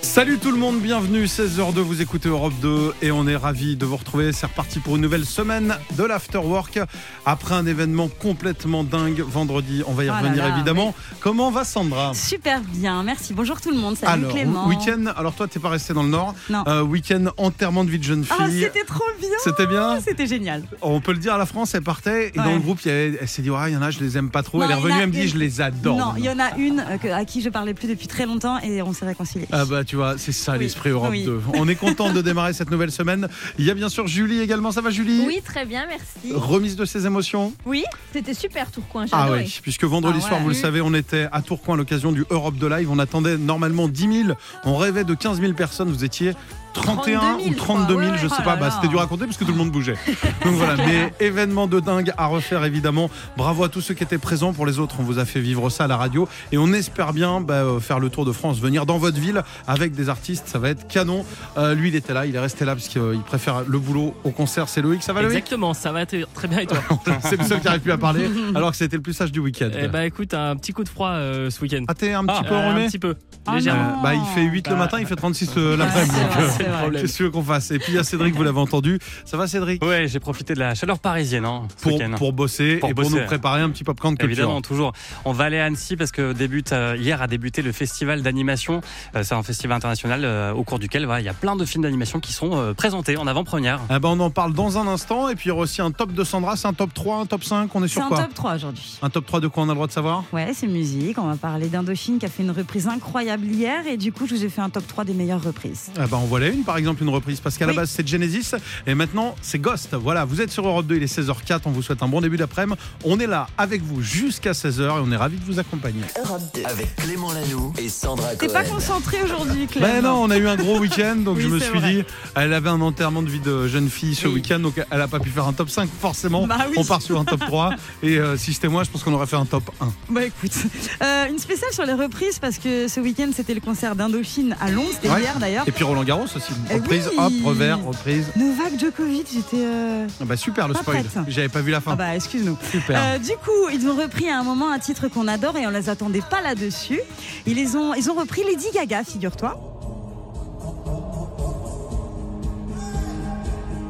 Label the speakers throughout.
Speaker 1: Salut tout le monde, bienvenue 16h02, vous écoutez Europe 2 et on est ravis de vous retrouver. C'est reparti pour une nouvelle semaine de l'Afterwork après un événement complètement dingue vendredi. On va y
Speaker 2: Ah là
Speaker 1: revenir
Speaker 2: là,
Speaker 1: évidemment. Comment va Sandra
Speaker 2: Super bien, merci. Bonjour tout le monde, salut
Speaker 1: Alors,
Speaker 2: Clément.
Speaker 1: week-end, alors toi t'es pas resté dans le Nord,
Speaker 2: Non.
Speaker 1: Euh, week-end enterrement de vie de jeune
Speaker 2: Ah,
Speaker 1: fille.
Speaker 2: c'était trop bien,
Speaker 1: C'était bien
Speaker 2: c'était génial.
Speaker 1: On peut le dire, la France, elle partait et dans
Speaker 2: Ouais.
Speaker 1: le groupe, il y avait- elle s'est dit, ouais, il y en a, je les aime pas trop.
Speaker 2: Non,
Speaker 1: elle est
Speaker 2: il y en
Speaker 1: revenue,
Speaker 2: a
Speaker 1: elle me dit,
Speaker 2: une.
Speaker 1: je les adore.
Speaker 2: Non, il y en a une euh, que- à qui je parlais plus depuis très longtemps et on s'est réconciliés.
Speaker 1: Ah bah tu vois, c'est ça
Speaker 2: Oui.
Speaker 1: l'esprit Europe
Speaker 2: Oui.
Speaker 1: 2. On est content de démarrer cette nouvelle semaine. Il y a bien sûr Julie également, ça va Julie
Speaker 3: Oui, très bien, merci.
Speaker 1: Remise de ses émotions
Speaker 3: Oui, c'était super Tourcoing, j'ai
Speaker 1: Oh. Ah
Speaker 3: adoré.
Speaker 1: oui, puisque vendredi
Speaker 2: Ah ouais.
Speaker 1: soir, vous le
Speaker 3: Mm.
Speaker 1: savez, on était à Tourcoing à l'occasion du Europe de Live. On attendait normalement 10 000. On rêvait de 15 000 personnes. Vous étiez 31
Speaker 3: 32
Speaker 1: ou
Speaker 3: 000,
Speaker 1: 32 000,
Speaker 3: je crois.
Speaker 1: je
Speaker 3: Ouais,
Speaker 1: sais pas.
Speaker 2: ouais. Oh là
Speaker 1: Bah,
Speaker 2: là.
Speaker 1: C'était dur à compter parce que tout le monde bougeait. Donc voilà, mais événement de dingue à refaire évidemment. Bravo à tous ceux qui étaient présents. Pour les autres, on vous a fait vivre ça à la radio. Et on espère bien bah, euh, faire le tour de France, venir dans votre ville avec des artistes. Ça va être canon. Euh, lui, il était là, il est resté là parce qu'il préfère le boulot au concert. C'est Loïc, ça va Loïc
Speaker 4: Exactement, ça va t- très bien et toi
Speaker 1: C'est le seul qui n'arrive plus à parler alors que c'était le plus sage du week-end.
Speaker 4: Eh bah écoute, un petit coup de froid euh, ce week-end.
Speaker 1: Ah, t'es un petit peu
Speaker 4: Euh,
Speaker 1: enrhumé
Speaker 4: Un petit peu,
Speaker 2: Ah
Speaker 4: légèrement.
Speaker 2: non.
Speaker 1: Euh, bah, il fait 8 le
Speaker 4: Bah.
Speaker 1: matin, il fait 36 euh,
Speaker 2: Ouais, c'est
Speaker 1: l'après-midi.
Speaker 2: vrai,
Speaker 1: Donc, euh,
Speaker 2: c'est vrai.
Speaker 4: problème.
Speaker 1: Qu'est-ce que tu veux qu'on fasse Et puis il y a Cédric, vous l'avez entendu. Ça va Cédric
Speaker 5: Ouais, j'ai profité de la chaleur parisienne hein, ce
Speaker 1: pour,
Speaker 5: week-end.
Speaker 1: pour bosser
Speaker 5: Pour
Speaker 1: et
Speaker 5: bosser.
Speaker 1: pour nous préparer un petit popcorn culture.
Speaker 5: Évidemment, toujours. On va aller à Annecy parce que débute euh, hier a débuté le festival d'animation. Euh, c'est un festival international euh, au cours duquel voilà, il y a plein de films d'animation qui sont euh, présentés en avant-première.
Speaker 1: Ah bah, on en parle dans un instant. Et puis il y aura aussi un top de Sandra, c'est un top 3, un top 5. On est
Speaker 2: C'est
Speaker 1: sur
Speaker 2: un
Speaker 1: quoi
Speaker 2: top 3 aujourd'hui.
Speaker 1: Un top 3 de quoi on a le droit de savoir
Speaker 2: Ouais, c'est musique. On va parler d'Indochine qui a fait une reprise incroyable hier et du coup, je vous ai fait un top 3 des meilleures reprises.
Speaker 1: Ah bah, On voit la une par exemple, une reprise. Parce qu'à la
Speaker 2: Oui.
Speaker 1: base c'est Genesis et maintenant c'est Ghost. Voilà, vous êtes sur Europe 2, il est 16h04. On vous souhaite un bon début d'après-midi. On est là avec vous jusqu'à 16h et on est ravis de vous accompagner.
Speaker 6: Europe 2.
Speaker 7: Avec Clément Lanoux et Sandra
Speaker 2: T'es
Speaker 7: Cohen.
Speaker 2: pas concentré aujourd'hui, Clément
Speaker 1: Ben non, on a eu un gros week-end, donc
Speaker 2: Oui,
Speaker 1: je me
Speaker 2: c'est
Speaker 1: suis
Speaker 2: vrai.
Speaker 1: dit, elle avait un enterrement de vie de jeune fille ce
Speaker 2: Oui.
Speaker 1: week-end, donc elle a pas pu faire un top 5, forcément.
Speaker 2: Bah oui.
Speaker 1: On part sur un top 3, et euh, si c'était moi, je pense qu'on aurait fait un top 1.
Speaker 2: Bah écoute, Euh, une spéciale sur les reprises parce que ce week-end c'était le concert d'Indochine à Londres, c'était
Speaker 1: Ouais.
Speaker 2: hier d'ailleurs.
Speaker 1: Et puis Roland Garros aussi,
Speaker 2: Eh
Speaker 1: reprise,
Speaker 2: oui.
Speaker 1: hop, revers, reprise.
Speaker 2: Novak Djokovic, j'étais. euh,
Speaker 1: Ah bah super le
Speaker 2: Pas
Speaker 1: spoil,
Speaker 2: prête.
Speaker 1: j'avais pas vu la fin.
Speaker 2: Ah bah excuse-nous.
Speaker 1: Super.
Speaker 2: Euh, du coup, ils ont repris à un moment un titre qu'on adore et on les attendait pas là-dessus. Ils, les ont, ils ont repris Lady Gaga, figure-toi.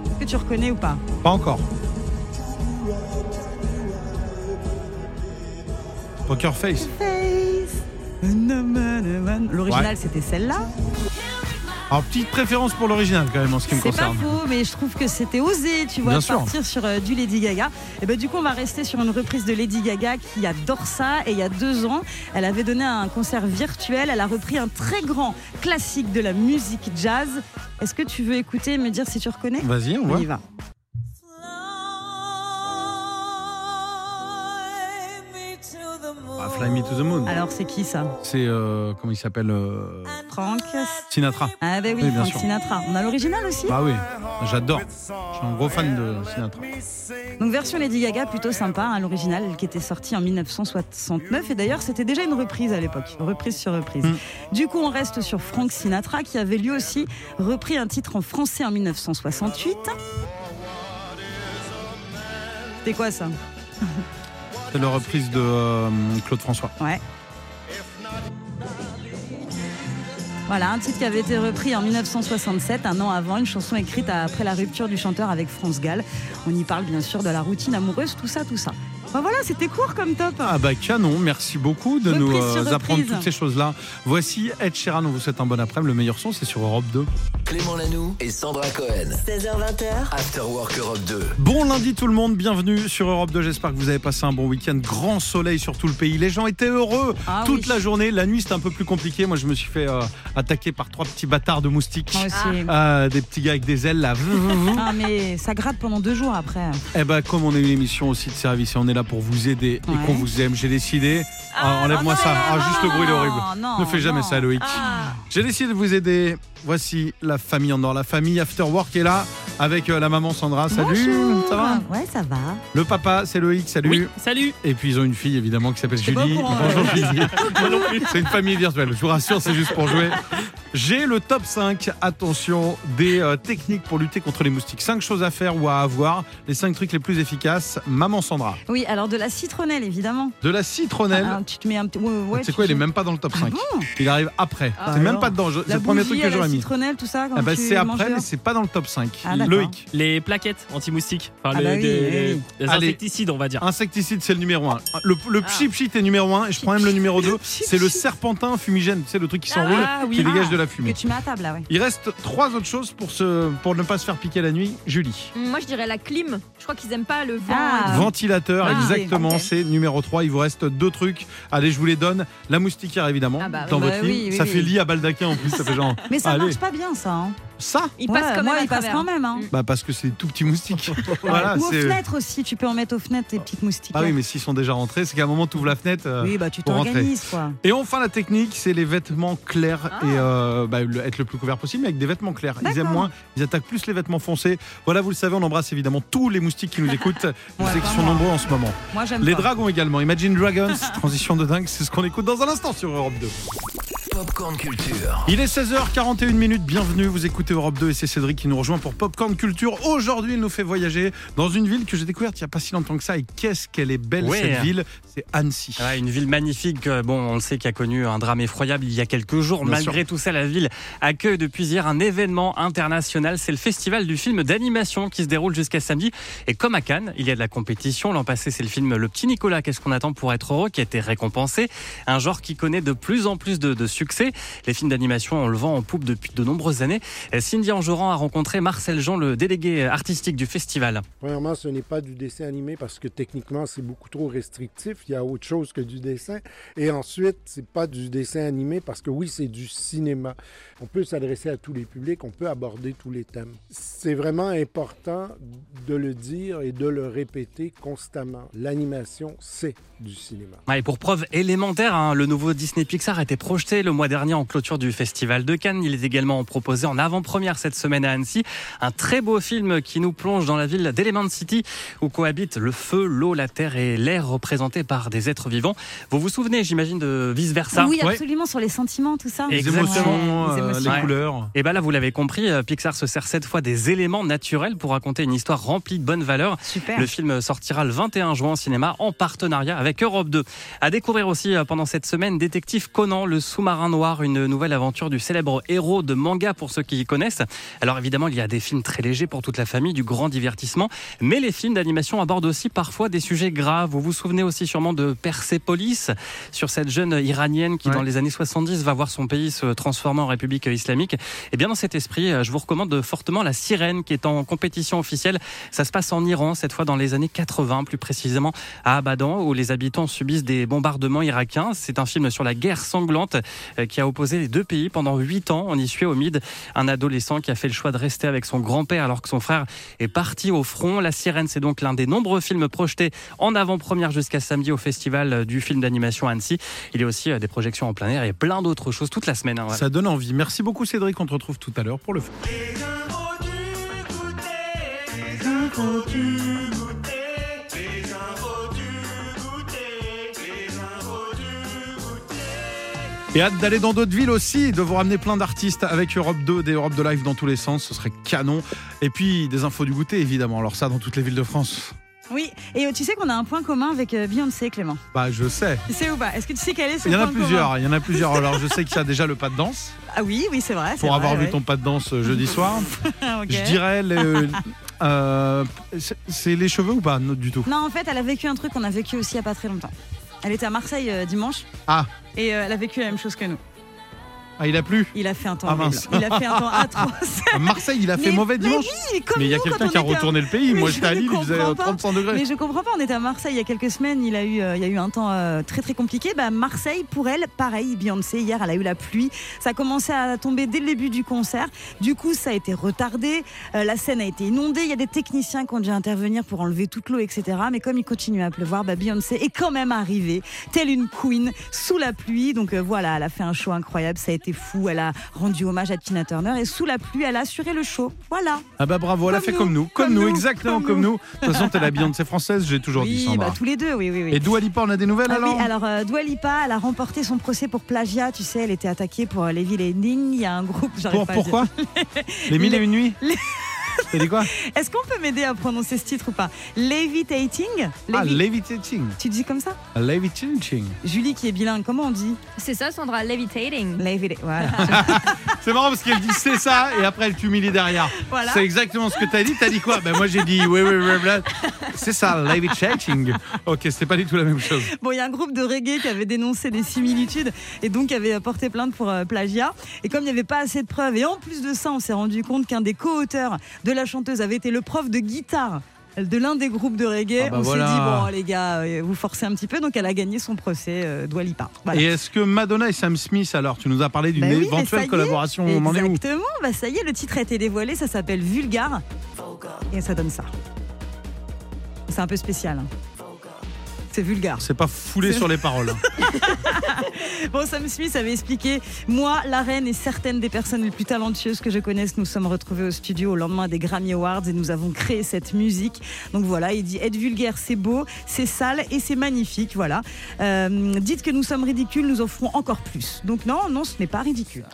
Speaker 2: Est-ce Que tu reconnais ou pas
Speaker 1: Pas encore. Poker Face.
Speaker 2: L'original
Speaker 1: Ouais.
Speaker 2: c'était celle-là.
Speaker 1: Alors petite préférence pour l'original quand même en ce qui me
Speaker 2: C'est pas
Speaker 1: concerne.
Speaker 2: faux, mais je trouve que c'était osé, tu vois,
Speaker 1: Bien
Speaker 2: de
Speaker 1: sûr.
Speaker 2: partir sur euh, du Lady Gaga. Et ben, du coup, on va rester sur une reprise de Lady Gaga qui adore ça. Et il y a deux ans, elle avait donné un concert virtuel. Elle a repris un très grand classique de la musique jazz. Est-ce que tu veux écouter et me dire si tu reconnais
Speaker 1: Vas-y, on voit.
Speaker 2: On y va.
Speaker 1: Ah, Fly Me to the Moon.
Speaker 2: Alors, c'est qui ça
Speaker 1: C'est euh, comment il s'appelle euh,
Speaker 2: Frank
Speaker 1: Sinatra.
Speaker 2: Ah, ben oui,
Speaker 1: Oui, bien
Speaker 2: Frank
Speaker 1: sûr.
Speaker 2: Sinatra. On a l'original aussi
Speaker 1: Bah oui, j'adore. Je suis un gros fan de Sinatra.
Speaker 2: Donc version Lady Gaga plutôt sympa, hein, l'original qui était sorti en 1969 et d'ailleurs c'était déjà une reprise à l'époque, reprise sur reprise. Du coup on reste sur Frank Sinatra qui avait lui aussi repris un titre en français en 1968. C'était quoi ça
Speaker 1: C'est la reprise de euh, Claude François.
Speaker 2: Ouais. Voilà, un titre qui avait été repris en 1967, un an avant, une chanson écrite après la rupture du chanteur avec France Gall. On y parle bien sûr de la routine amoureuse, tout ça, tout ça. Enfin, voilà, c'était court comme top.
Speaker 1: Ah bah canon, merci beaucoup de
Speaker 2: Reprise
Speaker 1: nous
Speaker 2: sur
Speaker 1: euh,
Speaker 2: reprise.
Speaker 1: apprendre toutes ces choses-là. Voici Ed Sheeran, on vous souhaite un bon après-midi. Le meilleur son, c'est sur Europe 2.
Speaker 7: Clément Lanoux et Sandra Cohen.
Speaker 6: 16h, 20h,
Speaker 7: After Work Europe 2.
Speaker 1: Bon lundi tout le monde, bienvenue sur Europe 2. J'espère que vous avez passé un bon week-end. Grand soleil sur tout le pays. Les gens étaient heureux
Speaker 2: Ah
Speaker 1: toute
Speaker 2: oui.
Speaker 1: la journée. La nuit, c'était un peu plus compliqué. Moi, je me suis fait euh, attaquer par trois petits bâtards de moustiques.
Speaker 2: Moi aussi.
Speaker 1: Euh, des petits gars avec des ailes là.
Speaker 2: Ah, mais ça gratte pendant deux jours après.
Speaker 1: Eh ben, comme on a une émission aussi de service et on est là pour vous aider
Speaker 2: Ouais.
Speaker 1: et qu'on vous aime, j'ai décidé. Ah, Enlève-moi
Speaker 2: non,
Speaker 1: ça.
Speaker 2: non,
Speaker 1: Ah, juste le bruit, il est horrible.
Speaker 2: non,
Speaker 1: ne fais jamais
Speaker 2: non.
Speaker 1: ça, Loïc.
Speaker 2: Ah.
Speaker 1: J'ai décidé de vous aider. Voici la famille en or. La famille After Work est là avec euh, la maman Sandra. Salut.
Speaker 2: Bonjour.
Speaker 1: Ça va
Speaker 2: Ouais, ça va.
Speaker 1: Le papa, c'est Loïc. Salut.
Speaker 4: Oui, salut
Speaker 1: Et puis ils ont une fille évidemment qui s'appelle
Speaker 2: J'étais pas au
Speaker 1: Julie.
Speaker 2: courant,
Speaker 1: Bonjour Julie. C'est une famille virtuelle. Je vous rassure, c'est juste pour jouer. J'ai le top 5, attention, des euh, techniques pour lutter contre les moustiques. 5 choses à faire ou à avoir, les 5 trucs les plus efficaces. Maman Sandra,
Speaker 2: Oui, alors de la citronnelle, évidemment.
Speaker 1: de la citronnelle.
Speaker 2: Ah, tu te mets un petit. ouais, ouais,
Speaker 1: c'est
Speaker 2: tu
Speaker 1: quoi,
Speaker 2: te- Ah
Speaker 1: il est même pas dans le top 5.
Speaker 2: bon
Speaker 1: il arrive après.
Speaker 2: Ah,
Speaker 1: c'est même
Speaker 2: alors.
Speaker 1: pas dedans, je- c'est
Speaker 2: La
Speaker 1: le premier truc
Speaker 2: bougie
Speaker 1: que
Speaker 2: à la
Speaker 1: j'aurais mis.
Speaker 2: citronnelle, tout ça, quand
Speaker 1: Ah bah,
Speaker 2: tu
Speaker 1: c'est
Speaker 2: manges
Speaker 1: après,
Speaker 2: dehors.
Speaker 1: mais c'est pas dans le top 5.
Speaker 2: Ah, d'accord.
Speaker 1: Loïc,
Speaker 4: Les plaquettes anti-moustiques. Enfin,
Speaker 2: Ah
Speaker 4: le-
Speaker 2: bah oui,
Speaker 4: des,
Speaker 2: oui,
Speaker 1: Allez.
Speaker 4: des
Speaker 1: Ah.
Speaker 4: insecticides, on va dire.
Speaker 1: insecticide, c'est le numéro 1. Le, le
Speaker 3: Ah.
Speaker 1: pchit pchit est numéro 1, et je prends même le numéro 2. C'est le serpentin fumigène, c'est le truc qui s'enroule,
Speaker 2: Ah oui.
Speaker 1: qui dégage
Speaker 2: Ah,
Speaker 1: de la
Speaker 2: Que
Speaker 1: fumée.
Speaker 2: tu mets à table, là, ouais.
Speaker 1: Il reste trois autres choses pour, se, pour ne pas se faire piquer la nuit. Julie.
Speaker 3: Mm, Moi, je dirais la clim. Je crois qu'ils aiment pas le vent.
Speaker 2: Ah.
Speaker 1: Ventilateur,
Speaker 2: Ah,
Speaker 1: exactement,
Speaker 2: ok.
Speaker 1: c'est numéro 3. Il vous reste deux trucs. Allez, je vous les donne. La moustiquaire, évidemment,
Speaker 3: Ah bah oui.
Speaker 1: dans
Speaker 2: Bah
Speaker 1: votre
Speaker 2: oui,
Speaker 1: lit.
Speaker 2: oui,
Speaker 1: ça
Speaker 2: oui.
Speaker 1: fait lit à baldaquin en plus, ça fait genre.
Speaker 2: Mais ça
Speaker 1: Allez.
Speaker 2: marche pas bien, ça. hein.
Speaker 1: Ça
Speaker 3: Ils passent
Speaker 2: Ouais,
Speaker 3: quand même
Speaker 2: moi,
Speaker 3: à
Speaker 2: il passe
Speaker 3: travers. Mm.
Speaker 2: quand même. hein.
Speaker 1: Bah parce que c'est des tout petits moustiques. voilà,
Speaker 2: Ou aux
Speaker 1: c'est-
Speaker 2: fenêtres aussi, tu peux en mettre aux fenêtres tes petites moustiques.
Speaker 1: Ah oui, mais s'ils sont déjà rentrés, c'est qu'à un moment, tu ouvres la fenêtre. euh,
Speaker 2: Oui, bah tu
Speaker 1: pour rentrer.
Speaker 2: t'organises, quoi.
Speaker 1: Et enfin, la technique, c'est les vêtements clairs et euh, bah, le- être le plus couvert possible, mais avec des vêtements clairs. Ils
Speaker 2: Ah. D'accord.
Speaker 1: aiment moins, ils attaquent plus les vêtements foncés. Voilà, vous le savez, on embrasse évidemment tous les moustiques qui nous écoutent. Vous
Speaker 2: Ouais,
Speaker 1: savez qu'ils sont
Speaker 2: vraiment.
Speaker 1: nombreux en ce moment.
Speaker 2: Moi, j'aime
Speaker 1: Les
Speaker 2: pas.
Speaker 1: dragons également. Imagine Dragons, transition de dingue, c'est ce qu'on écoute dans un instant sur Europe 2.
Speaker 7: Popcorn Culture.
Speaker 1: Il est 16h41 minutes, bienvenue, vous écoutez Europe 2 et c'est Cédric qui nous rejoint pour Popcorn Culture. Aujourd'hui, il nous fait voyager dans une ville que j'ai découverte il n'y a pas si longtemps que ça et qu'est-ce qu'elle est belle
Speaker 5: Ouais.
Speaker 1: cette ville, c'est Annecy.
Speaker 5: Ouais, Ah, une ville magnifique, euh, bon, on le sait, qui a connu un drame effroyable il y a quelques jours.
Speaker 1: Bien
Speaker 5: Malgré tout ça, la ville accueille depuis hier un événement international. C'est le festival du film d'animation qui se déroule jusqu'à samedi. Et comme à Cannes, il y a de la compétition. L'an passé, c'est le film Le Petit Nicolas, qu'est-ce qu'on attend pour être heureux, qui a été récompensé. Un genre qui connaît de plus en plus de, de succès. Les films d'animation, on le vend en poupe depuis de nombreuses années. Et Cindy Anjoran a rencontré Marcel Jean, le délégué artistique du festival.
Speaker 8: Premièrement, ce n'est pas du dessin animé parce que techniquement, c'est beaucoup trop restrictif. Il y a autre chose que du dessin. Et ensuite, c'est pas du dessin animé parce que oui, c'est du cinéma. On peut s'adresser à tous les publics, on peut aborder tous les thèmes. C'est vraiment important de le dire et de le répéter constamment. L'animation, c'est du cinéma.
Speaker 5: Ouais, et pour preuve élémentaire, hein, le nouveau Disney Pixar a été projeté le mois dernier en clôture du Festival de Cannes. Il est également proposé en avant-première cette semaine à Annecy. Un très beau film qui nous plonge dans la ville d'Element City où cohabitent le feu, l'eau, la terre et l'air représentés par des êtres vivants. Vous vous souvenez, j'imagine, de vice-versa
Speaker 2: oui,
Speaker 1: Ouais.
Speaker 2: absolument, sur les sentiments, tout ça.
Speaker 1: Les
Speaker 5: Exactement.
Speaker 1: émotions,
Speaker 2: Ouais, les
Speaker 1: euh,
Speaker 2: émotions.
Speaker 1: les
Speaker 5: Ouais.
Speaker 1: couleurs.
Speaker 5: Et bien Eh ben là, vous l'avez compris, euh, Pixar se sert cette fois des éléments naturels pour raconter une histoire remplie de bonnes valeurs.
Speaker 2: Super.
Speaker 5: Le film sortira le 21 juin en cinéma en partenariat avec Europe 2. À découvrir aussi euh, pendant cette semaine Détective Conan, le sous-marin noir, une nouvelle aventure du célèbre héros de manga pour ceux qui y connaissent. Alors évidemment, il y a des films très légers pour toute la famille, du grand divertissement, mais les films d'animation abordent aussi parfois des sujets graves. Vous vous souvenez aussi sûrement de Persepolis, sur cette jeune iranienne qui
Speaker 1: Ouais.
Speaker 5: dans les années 70 va voir son pays se transformer en république islamique. Et bien dans cet esprit, euh, je vous recommande fortement La Sirène qui est en compétition officielle ça se passe en Iran, cette fois dans les années 80, plus précisément à Abadan, où les habitants subissent des bombardements irakiens. C'est un film sur la guerre sanglante euh, qui a opposé les deux pays pendant huit ans. On y suit au mid un adolescent qui a fait le choix de rester avec son grand-père alors que son frère est parti au front. La sirène, c'est donc l'un des nombreux films projetés en avant-première jusqu'à samedi au festival du film d'animation à Annecy. Il y a aussi euh, des projections en plein air et plein d'autres choses toute la semaine. hein, ouais.
Speaker 1: Ça donne envie. Merci beaucoup Cédric, on te retrouve tout à l'heure pour le feu. Et hâte d'aller dans d'autres villes aussi, de vous ramener plein d'artistes avec Europe 2, des Europe de Live dans tous les sens, ce serait canon. Et puis des infos du goûter évidemment, alors ça dans toutes les villes de France.
Speaker 2: Oui, et euh, tu sais qu'on a un point commun avec euh, Beyoncé, Clément.
Speaker 1: Bah je sais,
Speaker 2: Tu sais ou pas hein. Est-ce que tu sais quel est son
Speaker 1: il y en a
Speaker 2: point commun
Speaker 1: plusieurs, il y en a plusieurs. Alors je sais qu'il y a déjà le pas de danse,
Speaker 2: Ah oui, oui, c'est vrai. Ah,
Speaker 1: pour avoir vu ton pas de danse euh, jeudi soir.
Speaker 2: ton.
Speaker 1: Je dirais le- euh, c'est- c'est les cheveux ou pas Non, du tout.
Speaker 2: Non, en fait, elle a vécu un truc qu'on a vécu aussi il n'y a pas très longtemps. Elle était à Marseille euh, dimanche.
Speaker 1: Ah.
Speaker 2: Et euh, elle a vécu la même chose que nous.
Speaker 1: Ah, il a plu.
Speaker 2: Il a fait un temps
Speaker 1: Ah,
Speaker 2: horrible.
Speaker 1: mince.
Speaker 2: Il a fait un temps atroce.
Speaker 1: À Marseille, il a fait
Speaker 2: Mais-
Speaker 1: mauvais dimanche.
Speaker 2: mais oui, comme
Speaker 1: Mais il y a
Speaker 2: nous,
Speaker 1: quelqu'un
Speaker 2: quand
Speaker 1: qui a
Speaker 2: on était à-
Speaker 1: retourné le pays.
Speaker 2: Mais
Speaker 1: Moi,
Speaker 2: je
Speaker 1: j'étais à
Speaker 2: ne
Speaker 1: Lille, il faisait
Speaker 2: comprends
Speaker 1: euh,
Speaker 2: pas.
Speaker 1: 35 degrés.
Speaker 2: Mais je comprends pas, on était à Marseille il y a quelques semaines, il, a eu, euh, il y a eu un temps euh, très très compliqué. Bah, Marseille, pour elle, pareil, Beyoncé, hier elle a eu la pluie, ça a commencé à tomber dès le début du concert, du coup ça a été retardé, Euh, la scène a été inondée, il y a des techniciens qui ont dû intervenir pour enlever toute l'eau, etc. Mais comme il continue à pleuvoir, bah, Beyoncé est quand même arrivée, telle une queen, sous la pluie. Donc euh, voilà, elle a fait un show incroyable, ça a été c'était fou. Elle a rendu hommage à Tina Turner et sous la pluie, elle a assuré le show. Voilà.
Speaker 1: Ah bah bravo, elle a
Speaker 2: Comme
Speaker 1: fait
Speaker 2: nous,
Speaker 1: comme nous, comme
Speaker 2: comme
Speaker 1: nous,
Speaker 2: nous,
Speaker 1: exactement
Speaker 2: comme
Speaker 1: comme nous.
Speaker 2: nous.
Speaker 1: De toute façon, t'es la Beyoncé française, j'ai toujours dit
Speaker 2: oui,
Speaker 1: Sandra.
Speaker 2: bah, tous les deux, oui, oui, oui.
Speaker 1: Et Dua Lipa, on a des nouvelles
Speaker 2: Ah
Speaker 1: alors
Speaker 2: oui, alors euh, Dua Lipa, elle a remporté son procès pour plagiat. Tu sais, elle était attaquée pour euh, les villes ending. Il y a un groupe. j'arrive
Speaker 1: Pour,
Speaker 2: pas
Speaker 1: pourquoi
Speaker 2: à
Speaker 1: Les mille et
Speaker 2: les-
Speaker 1: une nuits
Speaker 2: les-
Speaker 1: T'as dit quoi
Speaker 2: dire. Est-ce qu'on peut m'aider à prononcer ce titre ou pas Levitating
Speaker 1: Ah,
Speaker 2: Levi-
Speaker 1: levitating.
Speaker 2: Tu dis comme ça
Speaker 1: Levitating.
Speaker 2: Julie qui est bilingue, comment on dit
Speaker 3: C'est ça, Sandra, levitating.
Speaker 2: Levitating. Voilà.
Speaker 1: C'est marrant parce qu'elle dit c'est ça et après elle t'humilie derrière.
Speaker 2: Voilà.
Speaker 1: C'est exactement ce que t'as dit. T'as dit quoi Ben moi j'ai dit oui oui oui. bla. C'est ça, levitating. Ok, c'était pas du tout la même chose.
Speaker 2: Bon, il y a un groupe de reggae qui avait dénoncé des similitudes et donc avait porté plainte pour euh, plagiat. Et comme il n'y avait pas assez de preuves, et en plus de ça, on s'est rendu compte qu'un des co-auteurs de la chanteuse avait été le prof de guitare de l'un des groupes de reggae.
Speaker 1: Ah bah
Speaker 2: on
Speaker 1: voilà.
Speaker 2: s'est dit, bon, les gars, euh, vous forcez un petit peu. Donc, elle a gagné son procès, euh, Dua Lipa. Voilà.
Speaker 1: Et est-ce que Madonna et Sam Smith alors tu nous as parlé d'une
Speaker 2: Bah oui, mais ça y
Speaker 1: éventuelle
Speaker 2: est.
Speaker 1: collaboration On en est où
Speaker 2: Exactement, bah ça y est, le titre a été dévoilé, ça s'appelle Vulgar et ça donne ça. C'est un peu spécial. hein. C'est vulgaire.
Speaker 1: C'est pas foulé sur les paroles. hein.
Speaker 2: Bon, Sam Smith avait expliqué Moi, la reine et certaines des personnes les plus talentueuses que je connaisse, nous sommes retrouvés au studio au lendemain des Grammy Awards et nous avons créé cette musique. Donc voilà, il dit Être vulgaire, c'est beau, c'est sale et c'est magnifique. Voilà. Euh, dites que nous sommes ridicules, nous offrons encore plus. Donc non, non, ce n'est pas ridicule.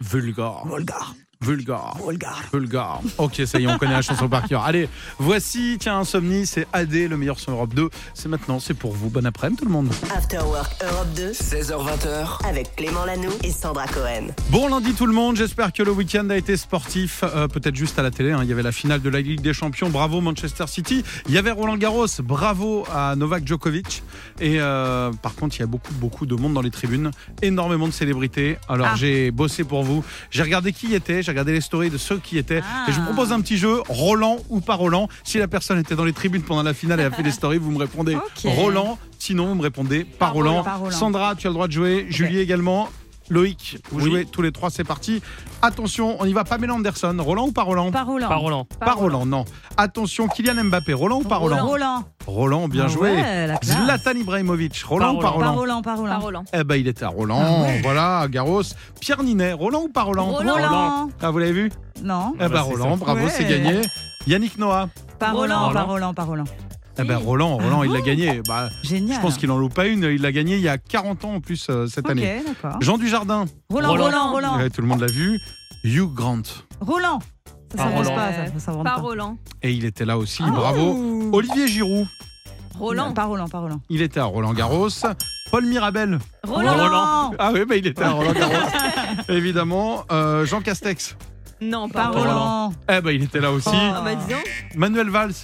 Speaker 1: Vulgar.
Speaker 2: Volgar,
Speaker 1: Vulgar.
Speaker 2: Volgar.
Speaker 1: Vulgar. Ok, ça y est, on connaît la chanson par cœur. Allez, voici, tiens, Insomnie, c'est AD, le meilleur son Europe 2. C'est maintenant, c'est pour vous. Bon après-midi, tout le monde.
Speaker 6: After Work Europe 2
Speaker 7: 16h20h,
Speaker 6: avec Clément Lano et Sandra Cohen.
Speaker 1: Bon lundi, tout le monde. J'espère que le week-end a été sportif. Euh, Peut-être juste à la télé. hein. Il y avait la finale de la Ligue des Champions. Bravo, Manchester City. Il y avait Roland Garros. Bravo à Novak Djokovic. Et euh, par contre, il y a beaucoup, beaucoup de monde dans les tribunes. Énormément de célébrités. Alors,
Speaker 2: Ah.
Speaker 1: j'ai bossé pour vous. J'ai regardé qui y était. J'ai regardé les stories de ceux qui y étaient.
Speaker 2: Ah.
Speaker 1: Et je vous propose un petit jeu, Roland ou pas Roland. Si la personne était dans les tribunes pendant la finale et a fait des stories, vous me répondez
Speaker 2: Ok.
Speaker 1: Roland. Sinon, vous me répondez pas
Speaker 2: Pas
Speaker 1: Roland.
Speaker 2: Roland, pas Roland.
Speaker 1: Sandra, tu as le droit de jouer. Julie également. Loïc, vous
Speaker 4: Oui.
Speaker 1: jouez tous les trois, c'est parti. Attention, on y va. Pamela Anderson, Roland ou pas Roland
Speaker 2: Par Roland.
Speaker 4: Par Roland.
Speaker 1: Pas Roland, non. Attention, Kylian Mbappé, Roland ou pas Roland
Speaker 2: Roland.
Speaker 1: Roland, bien
Speaker 2: Ah
Speaker 1: joué.
Speaker 2: ouais, la classe.
Speaker 1: Zlatan Ibrahimovic, Roland
Speaker 4: Pas
Speaker 1: ou pas
Speaker 4: Roland.
Speaker 2: Par
Speaker 1: Roland
Speaker 2: Roland, par
Speaker 3: Par
Speaker 2: Roland.
Speaker 3: Roland.
Speaker 1: Eh ben, il était à Roland, voilà, Garros. Pierre Ninet, Roland ou pas Roland
Speaker 3: Roland.
Speaker 2: Roland.
Speaker 1: Ah, vous l'avez vu
Speaker 2: Non.
Speaker 1: Eh
Speaker 4: Ah
Speaker 1: ben,
Speaker 4: bah, c'est
Speaker 1: Roland,
Speaker 4: ça.
Speaker 1: bravo,
Speaker 2: Ouais.
Speaker 1: c'est gagné. Yannick Noah,
Speaker 2: Par Roland, par Roland, par Roland.
Speaker 1: eh ben, Roland, Roland, il l'a gagné. Bah,
Speaker 2: Génial.
Speaker 1: je pense qu'il en loupe pas une, il l'a gagné il y a 40 ans en plus euh, cette
Speaker 2: Ok,
Speaker 1: année.
Speaker 2: d'accord.
Speaker 1: Jean Dujardin,
Speaker 2: Roland,
Speaker 4: Roland.
Speaker 2: Roland, Roland.
Speaker 1: Ouais, tout le monde l'a vu. Hugh Grant.
Speaker 2: Roland. Ça
Speaker 4: Par
Speaker 2: s'invente
Speaker 4: Roland.
Speaker 2: pas, ça, ça s'invente
Speaker 3: Par
Speaker 2: pas.
Speaker 3: Roland.
Speaker 1: Et il était là aussi, bravo. Olivier Giroud,
Speaker 3: Roland.
Speaker 2: Par Roland, par Roland.
Speaker 1: il était à Roland Garros. Paul Mirabel.
Speaker 3: Roland.
Speaker 1: Ah oui, bah il était à Roland Garros. Évidemment. Euh, Jean Castex.
Speaker 3: Non,
Speaker 2: Par
Speaker 3: pas
Speaker 4: Roland.
Speaker 3: Roland.
Speaker 2: Roland.
Speaker 1: Eh ben il était là aussi.
Speaker 2: Oh.
Speaker 3: Ah bah dis donc.
Speaker 1: Manuel Valls.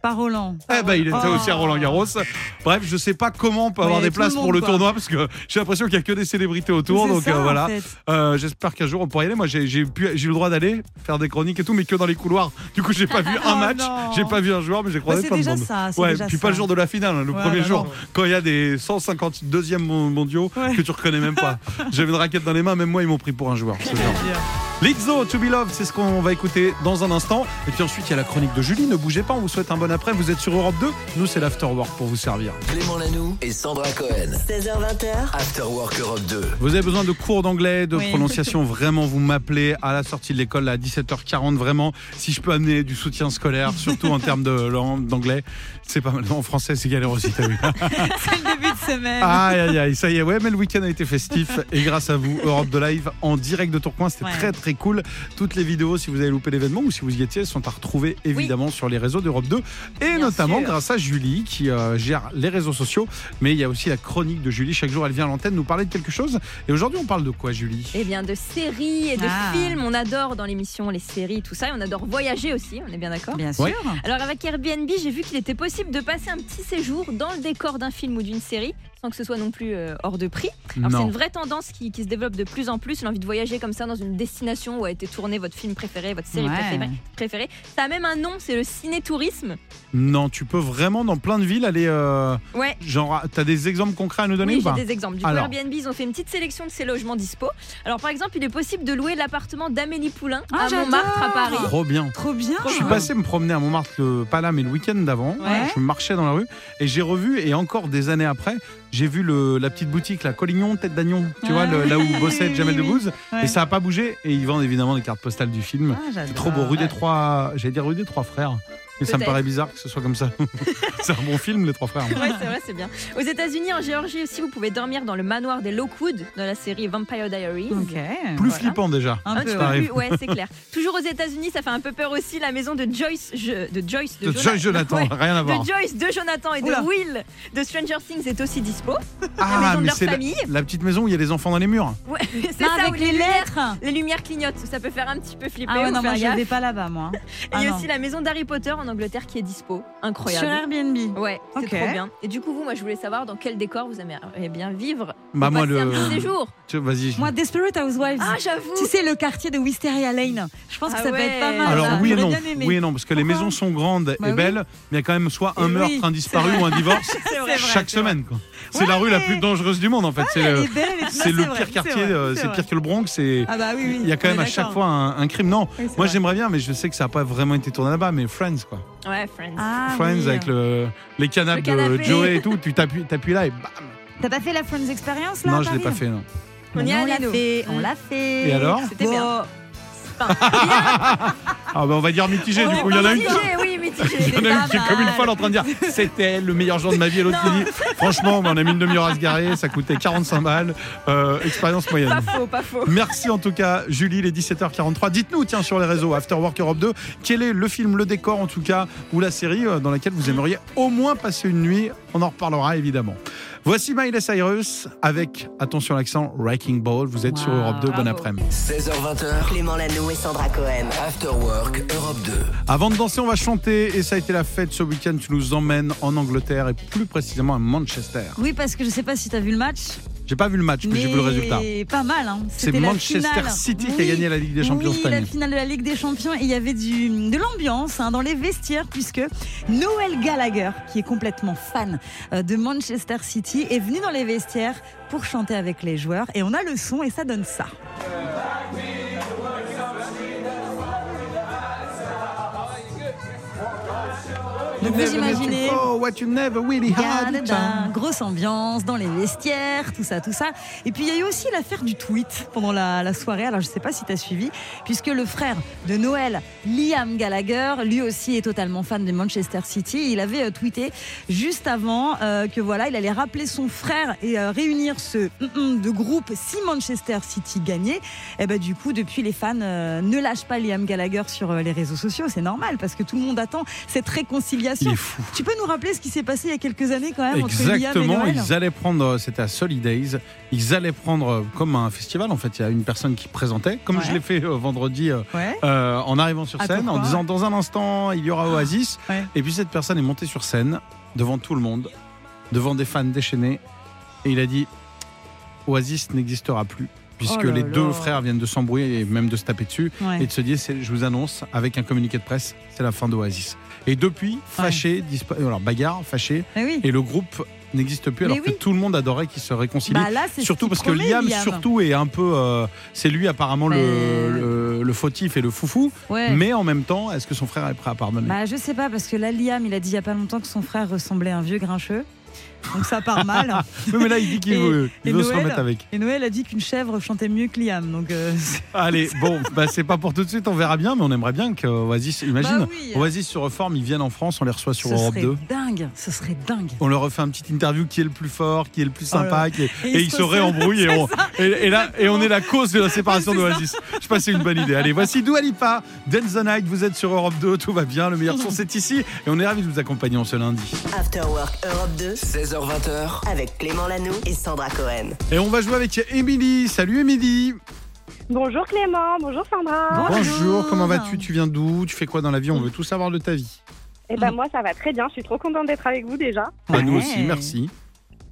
Speaker 2: Par Roland.
Speaker 1: Eh ben il était
Speaker 2: Oh.
Speaker 1: aussi à Roland Garros. Bref, je sais pas comment on peut avoir
Speaker 2: Ouais,
Speaker 1: des
Speaker 2: tout
Speaker 1: places
Speaker 2: le
Speaker 1: pour le
Speaker 2: monde, quoi.
Speaker 1: tournoi parce que j'ai l'impression qu'il y a que des célébrités autour.
Speaker 2: C'est
Speaker 1: Donc
Speaker 2: ça,
Speaker 1: euh,
Speaker 2: en
Speaker 1: voilà.
Speaker 2: fait.
Speaker 1: Euh, J'espère qu'un jour on pourra y aller. Moi j'ai j'ai pu- j'ai eu le droit d'aller faire des chroniques et tout, mais que dans les couloirs. Du coup j'ai pas vu un
Speaker 2: Oh
Speaker 1: match,
Speaker 2: non.
Speaker 1: j'ai pas vu un joueur, mais j'ai croisé
Speaker 2: Bah, c'est
Speaker 1: plein de
Speaker 2: déjà
Speaker 1: monde.
Speaker 2: ça, Ah, c'est
Speaker 1: Ouais,
Speaker 2: déjà
Speaker 1: puis
Speaker 2: ça.
Speaker 1: pas le jour de la finale, hein, le
Speaker 2: Ouais,
Speaker 1: premier
Speaker 2: bah
Speaker 1: jour,
Speaker 2: non.
Speaker 1: quand il y a des 152e mon- mondiaux
Speaker 2: Ouais.
Speaker 1: que tu reconnais même pas. J'avais une raquette dans les mains, même moi ils m'ont pris pour un joueur. ce genre. Lizzo, To Be Loved, c'est ce qu'on va écouter dans un instant. Et puis ensuite il y a la chronique de Julie. Ne bougez pas, on vous souhaite un bon après. Vous êtes sur Europe 2, nous c'est l'afterwork pour vous servir.
Speaker 7: Clément Lanoux et Sandra Cohen.
Speaker 6: 16h20h,
Speaker 7: After Work Europe 2.
Speaker 1: Vous avez besoin de cours d'anglais, de
Speaker 2: Oui.
Speaker 1: prononciation, vraiment vous m'appelez à la sortie de l'école là, à 17h40 vraiment si je peux amener du soutien scolaire surtout en termes de langue- d'anglais, c'est pas mal. Non, En français, c'est galère aussi, t'as vu.
Speaker 2: C'est le début de semaine.
Speaker 1: Aïe, aïe, aïe, ça y est, ouais, mais le week-end a été festif. Et grâce à vous, Europe de Live en direct de Tourcoing, c'était
Speaker 2: Ouais.
Speaker 1: très très cool. Toutes les vidéos, si vous avez loupé l'événement ou si vous y étiez, sont à retrouver évidemment sur les réseaux d'Europe 2. Et
Speaker 3: Bien
Speaker 1: notamment
Speaker 3: sûr.
Speaker 1: grâce à Julie qui euh, gère les réseaux sociaux. Mais il y a aussi la chronique de Julie. Chaque jour, elle vient à l'antenne nous parler de quelque chose. Et aujourd'hui, on parle de quoi, Julie
Speaker 3: Eh bien, de séries et de
Speaker 2: Ah.
Speaker 3: films. On adore dans l'émission les séries, tout ça. Et on adore voyager aussi, on est bien d'accord
Speaker 2: Bien sûr.
Speaker 1: Ouais.
Speaker 3: Alors avec Airbnb, j'ai vu qu'il était possible de passer un petit séjour dans le décor d'un film ou d'une série, sans que ce soit non plus euh, hors de prix. Alors c'est
Speaker 1: Non.
Speaker 3: une vraie tendance qui, qui se développe de plus en plus, l'envie de voyager comme ça dans une destination où a été tourné votre film préféré, votre série
Speaker 2: Ouais.
Speaker 3: préférée, préférée. Ça a même un nom, c'est le ciné-tourisme.
Speaker 1: Non, tu peux vraiment dans plein de villes aller. euh,
Speaker 3: Ouais.
Speaker 1: genre, t'as des exemples concrets à nous donner
Speaker 3: Oui,
Speaker 1: ou pas
Speaker 3: j'ai des exemples. Du coup,
Speaker 1: Alors.
Speaker 3: Airbnb, ils ont fait une petite sélection de ces logements dispo. Alors, par exemple, il est possible de louer l'appartement d'Amélie Poulain
Speaker 2: Ah,
Speaker 3: à
Speaker 2: j'adore
Speaker 3: Montmartre, à Paris.
Speaker 1: Trop bien.
Speaker 2: Trop bien.
Speaker 3: Trop
Speaker 1: Je suis passé me promener à Montmartre, le, pas là, mais le week-end d'avant.
Speaker 2: Ouais.
Speaker 1: Je marchais dans la rue et j'ai revu, et encore des années après, j'ai vu le, la petite boutique, la Collignon, Tête d'Agnon, tu
Speaker 2: Ah
Speaker 1: vois, le- là où
Speaker 2: oui,
Speaker 1: bossait
Speaker 2: oui,
Speaker 1: Jamel
Speaker 2: oui,
Speaker 1: Debbouze.
Speaker 2: Ouais.
Speaker 1: Et ça n'a pas bougé. Et ils vendent évidemment des cartes postales du film.
Speaker 2: Ah,
Speaker 1: C'est
Speaker 2: j'adore.
Speaker 1: trop beau. Rue des Trois. J'allais dire rue des Trois Frères. Mais ça me
Speaker 3: Peut-être.
Speaker 1: paraît bizarre que ce soit comme ça. c'est un bon film, Les Trois Frères.
Speaker 3: Ouais, c'est vrai, c'est bien. Aux États-Unis, en Géorgie aussi, vous pouvez dormir dans le manoir des Lockwood dans la série Vampire Diaries.
Speaker 2: Ok.
Speaker 1: Plus
Speaker 3: Voilà.
Speaker 1: flippant déjà.
Speaker 2: Un
Speaker 3: Un petit
Speaker 2: peu.
Speaker 3: peu
Speaker 1: ouais.
Speaker 3: plus, ouais, c'est clair. Toujours aux États-Unis, ça fait un peu peur aussi. La maison de Joyce, je- de Joyce, de,
Speaker 1: De Joyce Jonathan,
Speaker 3: Ouais.
Speaker 1: rien à
Speaker 3: De
Speaker 1: voir.
Speaker 3: Joyce, de Jonathan et
Speaker 2: Oula.
Speaker 3: de Will de Stranger Things est aussi dispo.
Speaker 1: Ah,
Speaker 3: maison de
Speaker 1: mais
Speaker 3: leur
Speaker 1: c'est la,
Speaker 3: famille.
Speaker 1: la petite maison où il y a les enfants dans les murs.
Speaker 3: Ouais, c'est
Speaker 2: Non,
Speaker 3: ça
Speaker 2: avec
Speaker 3: où
Speaker 2: les
Speaker 3: lumières,
Speaker 2: lettres.
Speaker 3: les lumières clignotent, ça peut faire un petit peu flipper.
Speaker 2: Ah ouais,
Speaker 3: ou
Speaker 2: non,
Speaker 3: faire
Speaker 2: moi, je
Speaker 3: gaffe.
Speaker 2: vais pas là-bas, moi.
Speaker 3: Et
Speaker 2: Ah
Speaker 3: il y a
Speaker 2: non.
Speaker 3: aussi la maison d'Harry Potter en Angleterre qui est dispo.
Speaker 2: Sur
Speaker 3: Incroyable.
Speaker 2: Airbnb.
Speaker 3: Ouais, c'est
Speaker 2: Ok.
Speaker 3: trop bien. Et du coup, vous, moi, je voulais savoir dans quel décor vous aimeriez bien vivre.
Speaker 1: Bah,
Speaker 3: pour
Speaker 1: moi,
Speaker 3: passer
Speaker 1: le-
Speaker 3: un petit séjour.
Speaker 1: Tu- Vas-y.
Speaker 2: Moi, Desperate Housewives.
Speaker 3: Oh. Ah, j'avoue.
Speaker 2: tu sais, le quartier de Wisteria Lane. Je pense que
Speaker 3: Ah
Speaker 2: ça peut être pas
Speaker 3: ouais.
Speaker 2: mal.
Speaker 1: Alors
Speaker 2: ça.
Speaker 1: oui et
Speaker 2: J'aurais
Speaker 1: non,
Speaker 2: bien aimé.
Speaker 1: oui et non, parce que les
Speaker 2: Pourquoi
Speaker 1: maisons sont grandes
Speaker 2: Bah
Speaker 1: et
Speaker 2: oui.
Speaker 1: belles, mais il y a quand même soit
Speaker 2: Et
Speaker 1: un
Speaker 2: oui,
Speaker 1: meurtre, un disparu ou un divorce
Speaker 2: C'est vrai,
Speaker 1: chaque
Speaker 2: c'est vrai.
Speaker 1: semaine. quoi. C'est
Speaker 2: Ouais,
Speaker 1: la rue la
Speaker 2: mais-
Speaker 1: plus dangereuse du monde en fait. C'est
Speaker 2: Elle
Speaker 1: le,
Speaker 2: est belle et tout. Non,
Speaker 1: c'est le
Speaker 2: ben, Ah, vrai,
Speaker 1: pire quartier,
Speaker 2: vrai,
Speaker 1: euh,
Speaker 2: c'est
Speaker 1: c'est
Speaker 2: vrai.
Speaker 1: pire que le Bronx. Et
Speaker 2: Ah bah oui, oui.
Speaker 1: il y a quand
Speaker 2: on
Speaker 1: même
Speaker 2: est
Speaker 1: à chaque
Speaker 2: d'accord.
Speaker 1: fois un, un crime. Non,
Speaker 2: Oui, c'est
Speaker 1: moi
Speaker 2: vrai.
Speaker 1: j'aimerais bien, mais je sais que ça n'a pas vraiment été tourné là-bas. Mais Friends quoi,
Speaker 3: Ouais, Friends.
Speaker 2: Ah
Speaker 1: Friends
Speaker 2: oui.
Speaker 1: avec le, les canapes
Speaker 3: Le
Speaker 1: de
Speaker 3: canapé.
Speaker 1: Joey et tout. Tu t'appuies, t'appuies là et bam.
Speaker 2: T'as pas fait la Friends Experience là
Speaker 1: non,
Speaker 2: à
Speaker 1: je l'ai pas
Speaker 2: Paris
Speaker 1: fait. Non.
Speaker 3: On y est
Speaker 2: Non,
Speaker 3: allé,
Speaker 2: l'a
Speaker 3: nous.
Speaker 2: fait, on l'a fait.
Speaker 1: Et alors
Speaker 3: C'était bien.
Speaker 1: Ah bah on va dire mitigé. Du coup, il y en a une. qui-
Speaker 3: Mitigé, oui, mitigé.
Speaker 1: Il y en a une qui est comme une folle en train de dire c'était le meilleur jour de ma vie et l'autre qui dit franchement on a mis une demi-heure à se garer ça coûtait 45 balles euh, expérience moyenne
Speaker 3: Pas faux, pas faux.
Speaker 1: Merci en tout cas Julie, il est 17h43. Dites-nous tiens sur les réseaux After Work Europe 2, quel est le film, le décor en tout cas, ou la série euh, dans laquelle vous aimeriez au moins passer une nuit On en reparlera évidemment. Voici Miley Cyrus avec, attention à l'accent, Wrecking Ball. Vous êtes sur
Speaker 2: Wow.
Speaker 1: Europe 2, bon
Speaker 3: Bravo.
Speaker 1: après-midi.
Speaker 7: 16h20h,
Speaker 6: Clément Lano et Sandra Cohen.
Speaker 7: After Work Europe 2.
Speaker 1: Avant de danser, on va chanter et ça a été la fête ce week-end. Tu nous emmènes en Angleterre et plus précisément à Manchester.
Speaker 2: Oui, parce que je sais pas si t'as vu le match,
Speaker 1: J'ai pas vu le match, mais, j'ai vu le résultat.
Speaker 2: mais pas mal. Hein.
Speaker 1: C'est
Speaker 2: C'était la
Speaker 1: Manchester
Speaker 2: finale.
Speaker 1: City qui a
Speaker 2: Oui.
Speaker 1: gagné la Ligue des Champions
Speaker 2: oui,
Speaker 1: cette année.
Speaker 2: la finale de la Ligue des Champions. Et il y avait du, de l'ambiance hein, dans les vestiaires, puisque Noël Gallagher, qui est complètement fan euh, de Manchester City, est venu dans les vestiaires pour chanter avec les joueurs. Et on a le son et ça donne ça. Donc vous imaginez.
Speaker 1: Oh, what you never really had.
Speaker 2: Yadada. Grosse ambiance dans les vestiaires, tout ça, tout ça. Et puis il y a eu aussi l'affaire du tweet pendant la, la soirée. Alors je sais pas si tu as suivi, puisque le frère de Noël, Liam Gallagher, lui aussi est totalement fan de Manchester City. Il avait euh, tweeté juste avant euh, que voilà, il allait rappeler son frère et euh, réunir ce hum-hum de groupe si Manchester City gagnait. Et ben du coup, depuis les fans euh, ne lâchent pas Liam Gallagher sur euh, les réseaux sociaux. C'est normal parce que tout le monde attend cette réconciliation.
Speaker 1: Il est fou.
Speaker 2: Tu peux nous rappeler ce qui s'est passé il y a quelques années quand même entre Liam et
Speaker 1: Exactement,
Speaker 2: Noël
Speaker 1: ils allaient prendre, euh, c'était à Solidays, ils allaient prendre euh, comme un festival en fait, il y a une personne qui présentait, comme
Speaker 2: Ouais.
Speaker 1: je l'ai fait euh, vendredi euh,
Speaker 2: Ouais.
Speaker 1: euh, en arrivant sur
Speaker 2: Ah,
Speaker 1: scène, en
Speaker 2: pourquoi Ah,
Speaker 1: disant dans un instant il y aura Oasis,
Speaker 2: Ouais.
Speaker 1: et puis cette personne est montée sur scène devant tout le monde, devant des fans déchaînés, et il a dit Oasis n'existera plus, puisque
Speaker 2: Oh là
Speaker 1: les
Speaker 2: là.
Speaker 1: deux frères viennent de s'embrouiller et même de se taper dessus.
Speaker 2: Ouais.
Speaker 1: et de se dire c'est- je vous annonce avec un communiqué de presse c'est la fin d'Oasis et depuis fâché dispa- alors bagarre fâché
Speaker 2: Mais Eh oui.
Speaker 1: et le groupe n'existe plus
Speaker 2: Mais
Speaker 1: alors que
Speaker 2: oui.
Speaker 1: tout le monde adorait qu'ils se réconcilient
Speaker 2: Bah là, c'est ce
Speaker 1: Surtout
Speaker 2: qu'il
Speaker 1: parce que
Speaker 2: promet,
Speaker 1: Liam, surtout est un peu, euh, c'est lui apparemment le,
Speaker 2: Mais-
Speaker 1: le- le fautif et le foufou.
Speaker 2: Ouais.
Speaker 1: Mais en même temps, est-ce que son frère est prêt à pardonner
Speaker 2: Bah je sais pas parce que là Liam, il a dit il y a pas longtemps que son frère ressemblait à un vieux grincheux. Donc ça part mal.
Speaker 1: Oui, Mais là, il dit qu'il
Speaker 2: Et-
Speaker 1: veut, il
Speaker 2: et
Speaker 1: veut se
Speaker 2: Noël
Speaker 1: remettre avec.
Speaker 2: Et Noël a dit qu'une chèvre chantait mieux que Liam. Donc euh, c'est-
Speaker 1: Allez, bon, bah, c'est pas pour tout de suite, on verra bien, mais on aimerait bien que Oasis, imagine,
Speaker 2: Bah oui.
Speaker 1: Oasis se reforme, ils viennent en France, on les reçoit sur
Speaker 2: ce
Speaker 1: Europe
Speaker 2: serait
Speaker 1: 2.
Speaker 2: dingue, ce serait dingue.
Speaker 1: on leur refait un petit interview qui est le plus fort, qui est le plus
Speaker 2: Oh là
Speaker 1: sympa, qui est- et,
Speaker 2: Et ils
Speaker 1: ils
Speaker 2: se
Speaker 1: se réembrouillent et, on- et, et là et on est la cause de la séparation
Speaker 2: C'est ça.
Speaker 1: d'Oasis. Je pense que c'est une bonne idée. Allez, voici Dua Lipa, Dance the Night, vous êtes sur Europe 2, tout va bien, le meilleur son c'est ici et on est ravis de vous accompagner en ce lundi.
Speaker 6: After Work Europe 2
Speaker 7: 16h20h,
Speaker 6: avec Clément Lano et Sandra Cohen.
Speaker 1: Et on va jouer avec Émilie. Salut Émilie.
Speaker 9: Bonjour Clément, bonjour Sandra.
Speaker 2: Bonjour.
Speaker 1: comment vas-tu Tu viens d'où Tu fais quoi dans la vie On veut tout savoir de ta vie.
Speaker 9: Et ben moi ça va très bien, je suis trop contente d'être avec vous déjà.
Speaker 1: Bah, nous
Speaker 2: Ouais.
Speaker 1: aussi, merci.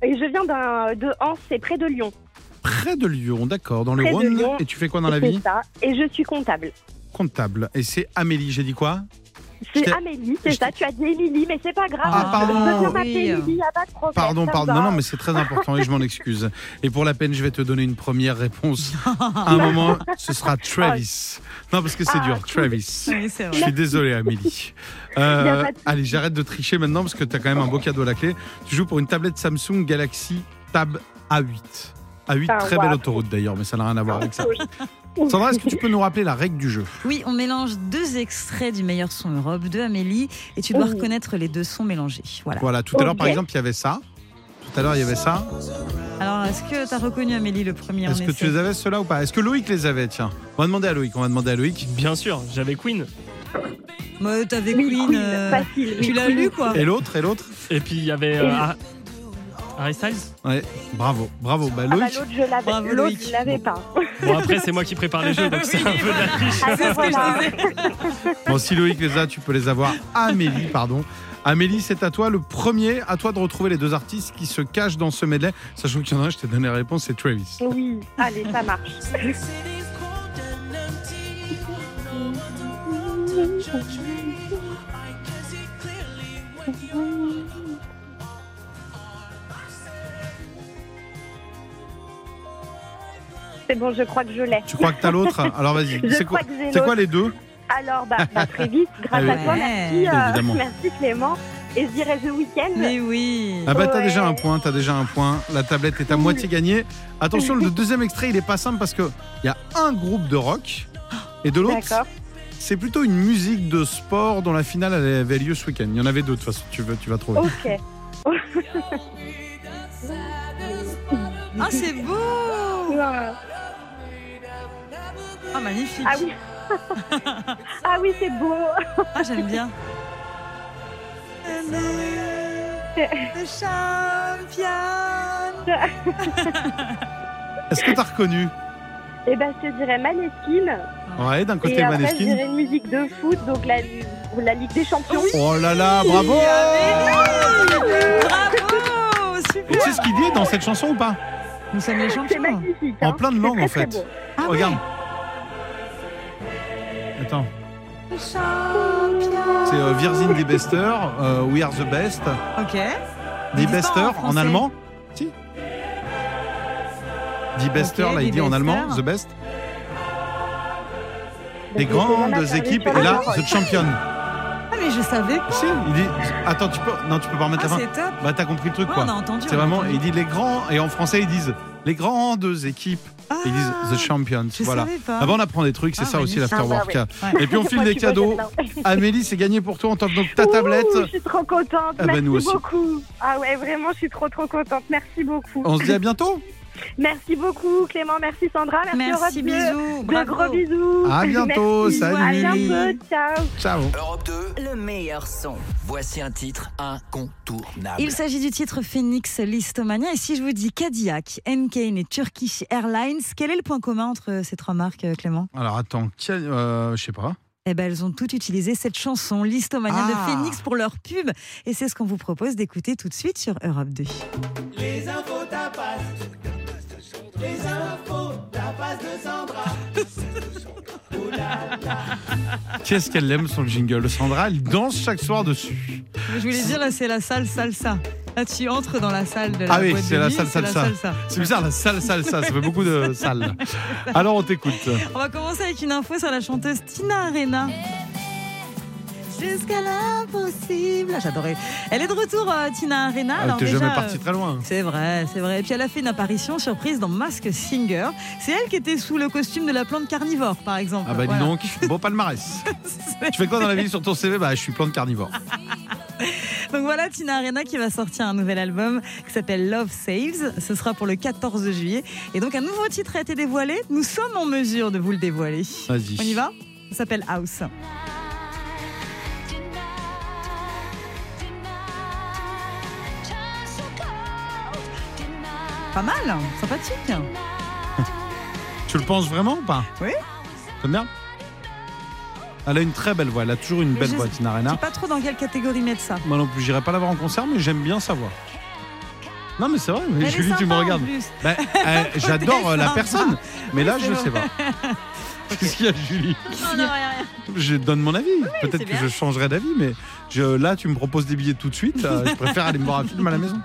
Speaker 9: Et je viens d'un- de Anse, c'est près de Lyon.
Speaker 1: Près de Lyon, d'accord, dans le
Speaker 9: Près de
Speaker 1: Rhône.
Speaker 9: Lyon.
Speaker 1: Et tu fais quoi dans la
Speaker 9: C'est
Speaker 1: vie
Speaker 9: ça. Et je suis comptable.
Speaker 1: Comptable. Et c'est Amélie, j'ai dit quoi
Speaker 9: C'est
Speaker 1: t'ai-
Speaker 9: Amélie, c'est
Speaker 1: je t'ai-
Speaker 9: ça. Tu as dit Émilie, mais c'est pas grave.
Speaker 1: Ah, pardon.
Speaker 9: Je viens
Speaker 2: Oui. euh,
Speaker 9: m'appeler Émilie, y a pas de problème.
Speaker 1: Pardon,
Speaker 9: ça
Speaker 1: pardon.
Speaker 9: va.
Speaker 1: Non, non, mais c'est très important et je m'en excuse. Et pour la peine, je vais te donner une première réponse. À un moment, ce sera Travis. Non, parce que c'est
Speaker 9: Ah,
Speaker 1: dur.
Speaker 9: cool.
Speaker 1: Travis.
Speaker 2: Oui, c'est
Speaker 1: Je
Speaker 2: vrai.
Speaker 1: suis désolé, Amélie.
Speaker 9: Il y a
Speaker 1: Euh,
Speaker 9: pas de souci.
Speaker 1: allez, j'arrête de tricher maintenant parce que tu as quand même un beau cadeau à la clé. Tu joues pour une tablette Samsung Galaxy Tab A8. A8,
Speaker 9: Ah,
Speaker 1: très belle
Speaker 9: waouh.
Speaker 1: autoroute d'ailleurs, mais ça n'a rien à voir avec ça.
Speaker 9: Oui.
Speaker 1: Sandra, est-ce que tu peux nous rappeler la règle du jeu
Speaker 2: Oui, on mélange deux extraits du meilleur son Europe de Amélie et tu dois
Speaker 1: Oh.
Speaker 9: Oui.
Speaker 2: reconnaître les deux sons mélangés. Voilà.
Speaker 1: Voilà, tout à l'heure, par
Speaker 9: Ok.
Speaker 1: exemple, il y avait ça. Tout à l'heure, il y avait ça.
Speaker 2: Alors, est-ce que tu as reconnu Amélie le premier en
Speaker 1: Est-ce que tu
Speaker 2: essai
Speaker 1: les avais, ceux-là, ou pas Est-ce que Loïc les avait Tiens, on va demander à Loïc. On va demander à Loïc.
Speaker 4: Bien sûr, j'avais Queen.
Speaker 2: Moi, t'avais
Speaker 9: Oui,
Speaker 2: Queen.
Speaker 9: Queen,
Speaker 2: euh,
Speaker 9: facile.
Speaker 2: Tu
Speaker 9: oui,
Speaker 2: l'as
Speaker 9: Queen.
Speaker 2: lu, quoi.
Speaker 1: Et l'autre, et l'autre
Speaker 4: Et puis il y avait euh, Har- Harry Styles.
Speaker 1: Ouais, bravo, bravo. Bah,
Speaker 9: Ah bah,
Speaker 1: Loïc,
Speaker 9: l'autre, je l'avais.
Speaker 2: Bravo,
Speaker 9: L'autre,
Speaker 2: Loïc.
Speaker 9: je l'avais pas.
Speaker 4: Bon après c'est moi qui prépare les jeux donc c'est un peu de la triche.
Speaker 9: Ah,
Speaker 2: C'est ce que
Speaker 9: voilà.
Speaker 2: je disais.
Speaker 1: Bon, si Loïc les a, tu peux les avoir. Amélie, pardon. Amélie, c'est à toi le premier. À toi de retrouver les deux artistes qui se cachent dans ce medley. Sachant qu'il y en a un, je t'ai donné la réponse, c'est Travis.
Speaker 9: Oui, allez, ça marche. C'est bon, je crois que je l'ai.
Speaker 1: Tu crois que t'as l'autre Alors vas-y.
Speaker 9: Je
Speaker 1: C'est
Speaker 9: crois
Speaker 1: quoi,
Speaker 9: que j'ai
Speaker 1: c'est quoi
Speaker 9: l'autre.
Speaker 1: les deux
Speaker 9: Alors, bah, bah, très vite, grâce
Speaker 1: Ah
Speaker 9: à
Speaker 1: oui.
Speaker 9: toi, merci, euh,
Speaker 1: Évidemment.
Speaker 9: merci Clément. Et je dirais The Weeknd.
Speaker 2: Mais oui.
Speaker 1: Ah bah t'as
Speaker 9: Ouais.
Speaker 1: déjà un point, t'as déjà un point. La tablette est à moitié gagnée. Attention, le deuxième extrait, il est pas simple parce que il y a un groupe de rock et de l'autre,
Speaker 9: D'accord.
Speaker 1: c'est plutôt une musique de sport dont la finale elle avait lieu ce week-end. Il y en avait deux de toute façon. Tu vas, tu vas trouver.
Speaker 9: Ok.
Speaker 2: Ah, c'est beau.
Speaker 9: Ouah.
Speaker 2: Ah, magnifique.
Speaker 9: Ah oui. ah oui, c'est beau.
Speaker 2: Ah, j'aime bien.
Speaker 1: Est-ce que t'as reconnu
Speaker 9: Et ben, je te dirais Maneskin.
Speaker 1: Ouais, d'un côté
Speaker 9: Et après, je
Speaker 1: Maneskin.
Speaker 9: dirais une musique de foot, donc la, ou la Ligue des Champions.
Speaker 1: Oh là là, bravo
Speaker 2: Amélie Bravo
Speaker 1: Et tu
Speaker 2: Super
Speaker 1: sais ce qu'il dit dans cette chanson ou pas
Speaker 2: Nous sommes les
Speaker 9: C'est
Speaker 2: champions.
Speaker 9: magnifique.
Speaker 1: En
Speaker 9: hein.
Speaker 1: plein de
Speaker 9: C'est
Speaker 1: langues en
Speaker 9: très,
Speaker 1: fait.
Speaker 9: très beau.
Speaker 2: Ah ouais.
Speaker 1: Regarde. Attends. C'est euh, Wir sind die Bester, euh, We are the best,
Speaker 2: Ok. Ah,
Speaker 1: die
Speaker 2: Ils disent pas
Speaker 1: Bester
Speaker 2: en
Speaker 1: en,
Speaker 2: français.
Speaker 1: allemand. Si. Die Bester,
Speaker 2: Ok,
Speaker 1: là il
Speaker 2: die
Speaker 1: dit en
Speaker 2: Bester.
Speaker 1: allemand, the best.
Speaker 9: Donc,
Speaker 1: Les
Speaker 9: je vais vraiment
Speaker 1: grandes
Speaker 9: faire
Speaker 1: équipes
Speaker 9: les
Speaker 1: et là
Speaker 9: choses.
Speaker 1: the champion.
Speaker 2: Ah, mais je savais pas.
Speaker 1: Si, il dit attends tu peux non tu peux pas remettre
Speaker 2: Ah,
Speaker 1: la fin.
Speaker 2: c'est top.
Speaker 1: Bah t'as compris le truc
Speaker 2: Ouais,
Speaker 1: quoi.
Speaker 2: on a entendu.
Speaker 1: C'est
Speaker 2: on a
Speaker 1: vraiment
Speaker 2: entendu.
Speaker 1: il dit les grands et en français ils disent les grandes équipes.
Speaker 2: Ah,
Speaker 1: Ils disent the champions.
Speaker 2: Je
Speaker 1: voilà.
Speaker 2: savais pas.
Speaker 1: Avant on apprend des trucs, c'est
Speaker 2: Ah,
Speaker 1: ça aussi
Speaker 2: magnifique.
Speaker 1: l'afterwork.
Speaker 9: Ah,
Speaker 2: ouais.
Speaker 1: Et puis on file
Speaker 9: Moi,
Speaker 1: des
Speaker 9: tu vois,
Speaker 1: cadeaux.
Speaker 9: j'adore.
Speaker 1: Amélie, c'est gagné pour toi. On t'offre donc ta
Speaker 9: Ouh,
Speaker 1: tablette.
Speaker 9: Je suis trop contente.
Speaker 1: Ah bah,
Speaker 9: merci
Speaker 1: nous aussi.
Speaker 9: beaucoup. Ah ouais, vraiment, je suis trop trop contente. Merci beaucoup.
Speaker 1: On se dit à bientôt.
Speaker 9: Merci beaucoup, Clément. Merci Sandra. Merci, Europe
Speaker 2: Merci,
Speaker 9: deux.
Speaker 2: bisous.
Speaker 9: De
Speaker 2: bravo.
Speaker 9: gros bisous.
Speaker 1: À bientôt,
Speaker 9: Merci.
Speaker 1: salut.
Speaker 9: À bientôt. Ciao.
Speaker 1: Ciao.
Speaker 7: Europe 2,
Speaker 6: Le meilleur son.
Speaker 7: voici un titre incontournable.
Speaker 2: Il s'agit du titre Phoenix Listomania. Et si je vous dis Cadillac, Enkane et Turkish Airlines, quel est le point commun entre euh, ces trois marques, euh, Clément
Speaker 1: Alors attends, qui a- euh, je sais pas.
Speaker 2: Eh ben, elles ont toutes utilisé cette chanson Listomania
Speaker 1: Ah.
Speaker 2: de Phoenix pour leur pub. Et c'est ce qu'on vous propose d'écouter tout de suite sur Europe 2.
Speaker 1: Qu'est-ce qu'elle aime son jingle, Sandra Elle danse chaque soir dessus.
Speaker 2: Je voulais dire, là, c'est la salle salsa. Là, tu entres dans la salle de
Speaker 1: Ah oui,
Speaker 2: boîte de
Speaker 1: c'est la
Speaker 2: nuit,
Speaker 1: salle
Speaker 2: c'est
Speaker 1: salsa. C'est bizarre, la salle, salle, ça. Ça fait beaucoup de salles. Alors on t'écoute.
Speaker 2: On va commencer avec une info sur la chanteuse Tina Arena. Jusqu'à l'impossible. Ah, J'adorais. Elle est de retour, euh, Tina Arena.
Speaker 1: Elle
Speaker 2: Alors
Speaker 1: t'es
Speaker 2: déjà,
Speaker 1: jamais
Speaker 2: euh,
Speaker 1: partie très loin.
Speaker 2: C'est vrai, c'est vrai. Et puis elle a fait une apparition surprise dans Mask Singer. C'est elle qui était sous le costume de la plante carnivore, par exemple.
Speaker 1: Ah bah dis
Speaker 2: Voilà.
Speaker 1: donc, beau palmarès. Tu fais quoi dans la vie sur ton CV Bah je suis plein de carnivores.
Speaker 2: Donc voilà Tina Arena qui va sortir un nouvel album qui s'appelle Love Saves. Ce sera pour le 14 juillet. Et donc un nouveau titre a été dévoilé. Nous sommes en mesure de vous le dévoiler.
Speaker 1: Vas-y.
Speaker 2: On y va Ça s'appelle House. Pas mal, hein, sympathique.
Speaker 1: Tu le penses vraiment ou pas
Speaker 2: Oui.
Speaker 1: T'aimes bien Elle a une très belle voix. Elle a toujours une
Speaker 2: Mais
Speaker 1: belle
Speaker 2: je
Speaker 1: voix,
Speaker 2: sais-
Speaker 1: Tina
Speaker 2: Je
Speaker 1: Arena.
Speaker 2: sais pas trop dans quelle catégorie mettre ça.
Speaker 1: Moi non plus, j'irai pas la voir en concert, mais j'aime bien sa voix. Non, mais c'est vrai, mais
Speaker 2: Elle est
Speaker 1: Julie, tu me
Speaker 2: sympa en
Speaker 1: regardes.
Speaker 2: plus.
Speaker 1: Bah, euh, J'adore euh, la
Speaker 2: sympa.
Speaker 1: personne, mais là,
Speaker 2: Oui,
Speaker 1: je
Speaker 2: c'est
Speaker 1: sais pas. Qu'est-ce qu'il y a, Julie
Speaker 3: Non, non, rien, rien.
Speaker 1: Je donne mon avis. Peut-être
Speaker 3: c'est
Speaker 1: que
Speaker 3: bien.
Speaker 1: je changerai d'avis, mais je, là, tu me proposes des billets tout de suite. euh, je préfère aller me voir un film à la maison.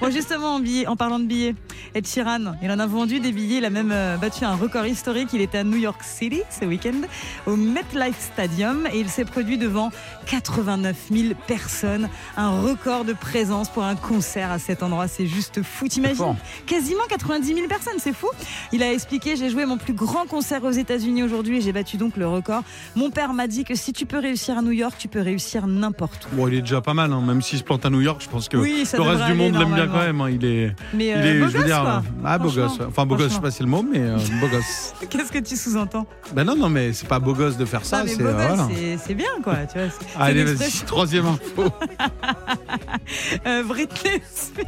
Speaker 2: Bon, justement, en, billet- en parlant de billets, Ed Sheeran, il en a vendu des billets. Il a même euh, battu un record historique. Il était à New York City ce week-end, au MetLife Stadium, et il s'est produit devant 89 000 personnes. Un record de présence pour un concert à cet endroit. C'est juste fou, t'imagines
Speaker 1: fort.
Speaker 2: Quasiment 90 000 personnes, c'est fou. Il a expliqué J'ai joué mon plus grand concert aux États-Unis aujourd'hui et j'ai battu donc le record. Mon père m'a dit que si tu peux réussir à New York, tu peux réussir n'importe où.
Speaker 1: Bon, il est déjà pas mal, hein, même s'il se plante à New York, je pense que
Speaker 2: Oui, ça
Speaker 1: le reste
Speaker 2: devrait
Speaker 1: du monde
Speaker 2: aller
Speaker 1: l'aime bien quand même.
Speaker 2: normalement.
Speaker 1: hein, Il est,
Speaker 2: Mais
Speaker 1: il
Speaker 2: euh,
Speaker 1: est
Speaker 2: beau
Speaker 1: je veux
Speaker 2: gosse,
Speaker 1: dire,
Speaker 2: quoi.
Speaker 1: ah, beau
Speaker 2: Franchement,
Speaker 1: gosse. Enfin, beau gosse, je sais
Speaker 2: franchement.
Speaker 1: pas si c'est le mot, mais euh, beau gosse.
Speaker 2: Qu'est-ce que tu sous-entends
Speaker 1: Ben non, non, mais c'est pas beau gosse de faire ça.
Speaker 2: Non, mais
Speaker 1: c'est
Speaker 2: beau
Speaker 1: euh,
Speaker 2: gosse,
Speaker 1: voilà.
Speaker 2: c'est- c'est bien quoi, tu vois. c'est- c'est
Speaker 1: Allez,
Speaker 2: une
Speaker 1: vas-y,
Speaker 2: expression.
Speaker 1: troisième info.
Speaker 2: Euh, Britney Spears,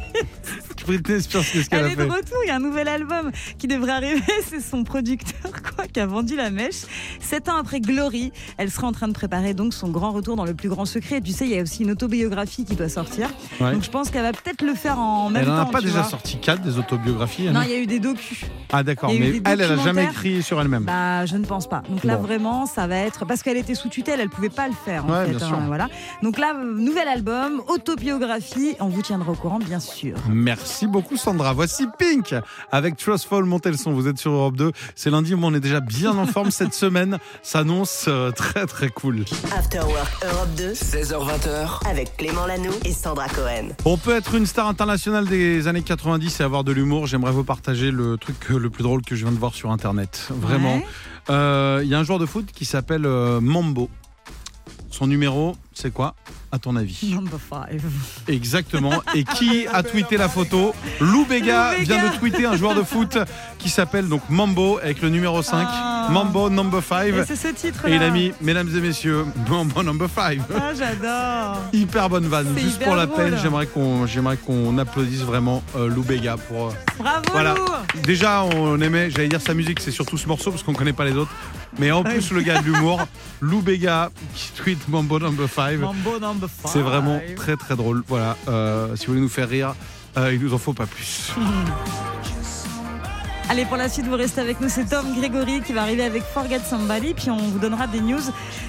Speaker 1: Britney Spears, qu'est-ce qu'elle
Speaker 2: elle
Speaker 1: a
Speaker 2: est de
Speaker 1: fait
Speaker 2: retour, il y a un nouvel album qui devrait arriver, c'est son producteur quoi qui a vendu la mèche. Sept ans après Glory, elle sera en train de préparer donc son grand retour dans le plus grand secret. Tu sais, il y a aussi une autobiographie qui doit sortir.
Speaker 1: Ouais.
Speaker 2: Donc je pense qu'elle va peut-être le faire en même
Speaker 1: Elle en a
Speaker 2: temps,
Speaker 1: pas
Speaker 2: tu
Speaker 1: déjà
Speaker 2: vois.
Speaker 1: sorti quatre des autobiographies. elle,
Speaker 2: Non,
Speaker 1: non
Speaker 2: il y a eu des docus.
Speaker 1: Ah d'accord,
Speaker 2: il y a eu
Speaker 1: mais
Speaker 2: des
Speaker 1: elle, elle a jamais
Speaker 2: documentaires.
Speaker 1: écrit sur elle-même.
Speaker 2: Bah, je ne pense pas. Donc là,
Speaker 1: Bon.
Speaker 2: vraiment, ça va être parce qu'elle était sous tutelle, elle pouvait pas le faire. En
Speaker 1: Ouais,
Speaker 2: fait, hein,
Speaker 1: bien sûr.
Speaker 2: voilà. Donc là, euh, nouvel album, autobiographie. On vous tiendra au courant, bien sûr.
Speaker 1: Merci beaucoup Sandra. Voici Pink avec Trustful Montez le son. Vous êtes sur Europe 2. C'est lundi, mais on est déjà bien en forme cette semaine. S'annonce euh, très très cool.
Speaker 6: After Work Europe 2
Speaker 7: 16h20h,
Speaker 6: avec Clément Lanoux et Sandra Cohen.
Speaker 1: On peut être une star internationale des années 90 et avoir de l'humour. J'aimerais vous partager le truc euh, le plus drôle que je viens de voir sur Internet. Vraiment.
Speaker 2: Ouais.
Speaker 1: Euh, Il y a un joueur de foot qui s'appelle euh, Mambo. Son numéro, c'est quoi à ton avis
Speaker 2: Number five.
Speaker 1: Exactement. Et qui a tweeté la photo Lou Béga
Speaker 2: Lou Béga.
Speaker 1: vient de tweeter un joueur de foot qui s'appelle donc Mambo avec le numéro 5.
Speaker 2: Ah.
Speaker 1: Mambo number
Speaker 2: Et
Speaker 1: 5.
Speaker 2: c'est ce titre.
Speaker 1: ben, Et il a mis, mesdames et messieurs, Mambo number 5.
Speaker 2: Ah, j'adore.
Speaker 1: Hyper bonne vanne.
Speaker 2: C'est
Speaker 1: Juste
Speaker 2: hyper
Speaker 1: pour la
Speaker 2: drôle.
Speaker 1: peine, j'aimerais qu'on j'aimerais qu'on applaudisse vraiment euh, Lou Béga pour. euh,
Speaker 2: Bravo.
Speaker 1: voilà.
Speaker 2: Lou.
Speaker 1: Déjà, on aimait, j'allais dire sa musique, c'est surtout ce morceau parce qu'on connaît pas les autres. Mais en plus, le gars de l'humour, Lou Béga qui tweet Mambo number 5.
Speaker 2: Mambo number five.
Speaker 1: C'est vraiment très très drôle. Voilà, euh, si vous voulez nous faire rire, euh, il nous en faut pas plus.
Speaker 2: Allez, pour la suite, vous restez avec nous. C'est Tom Grégory qui va arriver avec Forget Somebody. Puis on vous donnera des news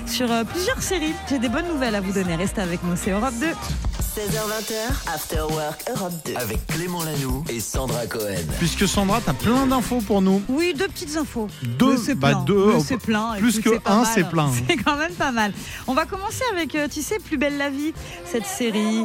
Speaker 2: sur euh, plusieurs séries. J'ai des bonnes nouvelles à vous donner. Restez avec nous. C'est Europe 2.
Speaker 6: 16h20h, After Work Europe 2.
Speaker 7: avec Clément Lanoux et Sandra Cohen.
Speaker 1: Puisque Sandra, t'as plein d'infos pour nous.
Speaker 2: Oui, deux petites infos.
Speaker 1: Deux,
Speaker 2: Mais c'est
Speaker 1: bah,
Speaker 2: plein.
Speaker 1: deux,
Speaker 2: Mais c'est plein.
Speaker 1: plus
Speaker 2: Écoute,
Speaker 1: que
Speaker 2: c'est pas
Speaker 1: un,
Speaker 2: mal.
Speaker 1: c'est plein.
Speaker 2: C'est quand même pas mal. On va commencer avec, euh, tu sais, Plus belle la vie, cette série.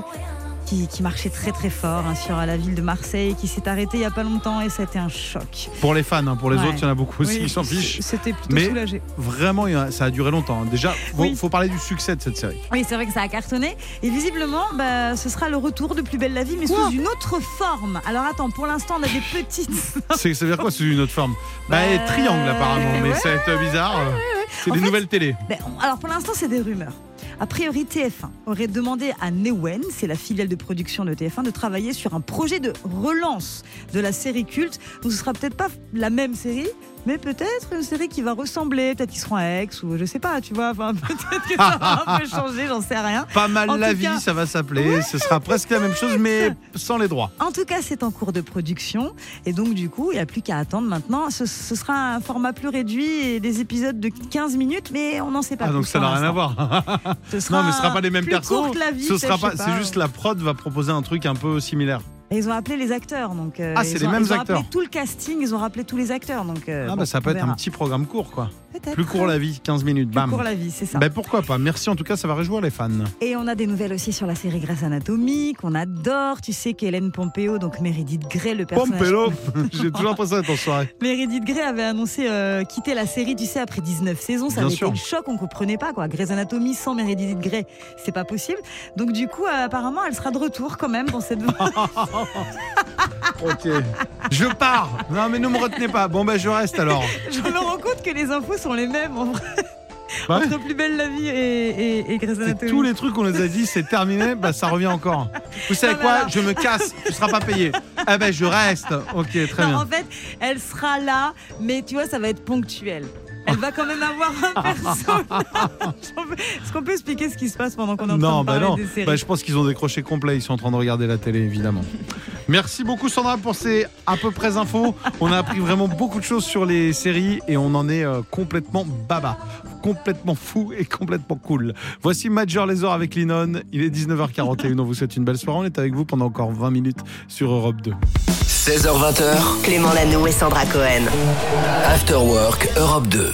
Speaker 2: Qui, qui marchait très très fort hein, sur euh, la ville de Marseille, qui s'est arrêtée il y a pas longtemps et c'était un choc.
Speaker 1: Pour les fans, hein, pour les
Speaker 2: Ouais.
Speaker 1: autres, il y en a beaucoup aussi
Speaker 2: Oui,
Speaker 1: qui s'en fichent.
Speaker 2: C'était plutôt
Speaker 1: Mais-
Speaker 2: soulagé.
Speaker 1: Vraiment, il y en a- ça a duré longtemps. hein. Déjà, faut,
Speaker 2: Oui.
Speaker 1: faut parler du succès de cette série.
Speaker 2: Oui, c'est vrai que ça a cartonné. Et visiblement, bah, ce sera le retour de Plus belle la vie, mais
Speaker 1: Quoi
Speaker 2: sous une autre forme. Alors attends, pour l'instant, on a des petites.
Speaker 1: C'est, ça veut dire quoi sous une autre forme Bah,
Speaker 2: Bah,
Speaker 1: eh, triangle apparemment, mais
Speaker 2: ouais,
Speaker 1: c'est bizarre. C'est
Speaker 2: En
Speaker 1: des
Speaker 2: fait-
Speaker 1: nouvelles télé.
Speaker 2: Ben, on- alors pour l'instant, c'est des rumeurs. A priori, TF1 aurait demandé à Newen, c'est la filiale de production de TF1, de travailler sur un projet de relance de la série culte. Donc ce sera peut-être pas la même série, mais peut-être une série qui va ressembler. Peut-être qu'ils seront à Aix ou je sais pas, tu vois. Enfin, peut-être que ça va un peu changer, j'en sais rien.
Speaker 1: Pas mal
Speaker 2: En
Speaker 1: la
Speaker 2: tout
Speaker 1: vie,
Speaker 2: cas-
Speaker 1: ça va s'appeler. Ce sera presque la même chose, mais sans les droits.
Speaker 2: En tout cas, c'est en cours de production. Et donc, du coup, il n'y a plus qu'à attendre maintenant. Ce, ce sera un format plus réduit et des épisodes de 15 minutes, mais on n'en sait pas
Speaker 1: Ah,
Speaker 2: plus.
Speaker 1: donc ça
Speaker 2: pour
Speaker 1: n'a rien à
Speaker 2: l'instant.
Speaker 1: voir.
Speaker 2: Ce sera
Speaker 1: Non, mais ce sera pas les mêmes
Speaker 2: plus court
Speaker 1: persos.
Speaker 2: que la vie,
Speaker 1: Ce sera
Speaker 2: peut-être,
Speaker 1: pas.
Speaker 2: je sais
Speaker 1: C'est juste la prod va proposer un truc un peu similaire.
Speaker 2: Et ils ont appelé les acteurs, donc. euh,
Speaker 1: Ah, c'est
Speaker 2: ils
Speaker 1: les
Speaker 2: ont-
Speaker 1: mêmes
Speaker 2: ils ont rappelé
Speaker 1: acteurs.
Speaker 2: tout le casting, ils ont rappelé tous les acteurs, donc. euh,
Speaker 1: Ah
Speaker 2: bon,
Speaker 1: bah ça
Speaker 2: on
Speaker 1: peut être un
Speaker 2: verra.
Speaker 1: petit programme court quoi.
Speaker 2: Peut-être.
Speaker 1: Plus court la vie, 15 minutes,
Speaker 2: Plus
Speaker 1: bam.
Speaker 2: court la vie, c'est ça.
Speaker 1: Ben pourquoi pas, merci en tout cas, ça va réjouir les fans.
Speaker 2: Et on a des nouvelles aussi sur la série Grâce Anatomie, qu'on adore. Tu sais qu'Hélène Pompeo, donc Meredith Grey, le personnage.
Speaker 1: Pompelo, j'ai toujours l'impression d'être en soirée.
Speaker 2: Meredith Grey avait annoncé euh, quitter la série, tu sais, après 19 saisons. Ça
Speaker 1: Bien
Speaker 2: avait
Speaker 1: sûr.
Speaker 2: été le choc, on comprenait pas quoi. Grey's Anatomy sans Meredith Grey, c'est pas possible. Donc du coup, euh, apparemment, elle sera de retour quand même dans cette.
Speaker 1: Ok. Je pars Non mais ne me retenez pas, bon ben je reste alors.
Speaker 2: Je me rends compte que les infos sont les mêmes en vrai.
Speaker 1: Bah ouais.
Speaker 2: Entre Plus belle la vie et, et, et Grey's
Speaker 1: C'est
Speaker 2: Anatomy.
Speaker 1: tous les trucs qu'on nous a dit, c'est terminé, bah ça revient encore. Vous savez
Speaker 2: Non, mais
Speaker 1: quoi
Speaker 2: alors-
Speaker 1: Je me casse, tu seras pas payé. Eh ben je reste. Ok, très
Speaker 2: Non,
Speaker 1: bien.
Speaker 2: en fait, elle sera là, mais tu vois, ça va être ponctuel. Elle va quand même avoir un personnage. Est-ce qu'on peut expliquer ce qui se passe pendant qu'on est en train
Speaker 1: Non,
Speaker 2: de
Speaker 1: bah
Speaker 2: parler
Speaker 1: non.
Speaker 2: des séries
Speaker 1: Bah, je pense qu'ils ont décroché complet. Ils sont en train de regarder la télé, évidemment. Merci beaucoup Sandra pour ces à peu près infos. On a appris vraiment beaucoup de choses sur les séries et on en est euh, complètement baba, complètement fou et complètement cool. Voici Major Les Ors avec Linon. Il est 19h41. On vous souhaite une belle soirée. On est avec vous pendant encore 20 minutes sur Europe 2.
Speaker 7: 16h20,
Speaker 6: Clément Lanoux et Sandra Cohen.
Speaker 7: After Work Europe 2.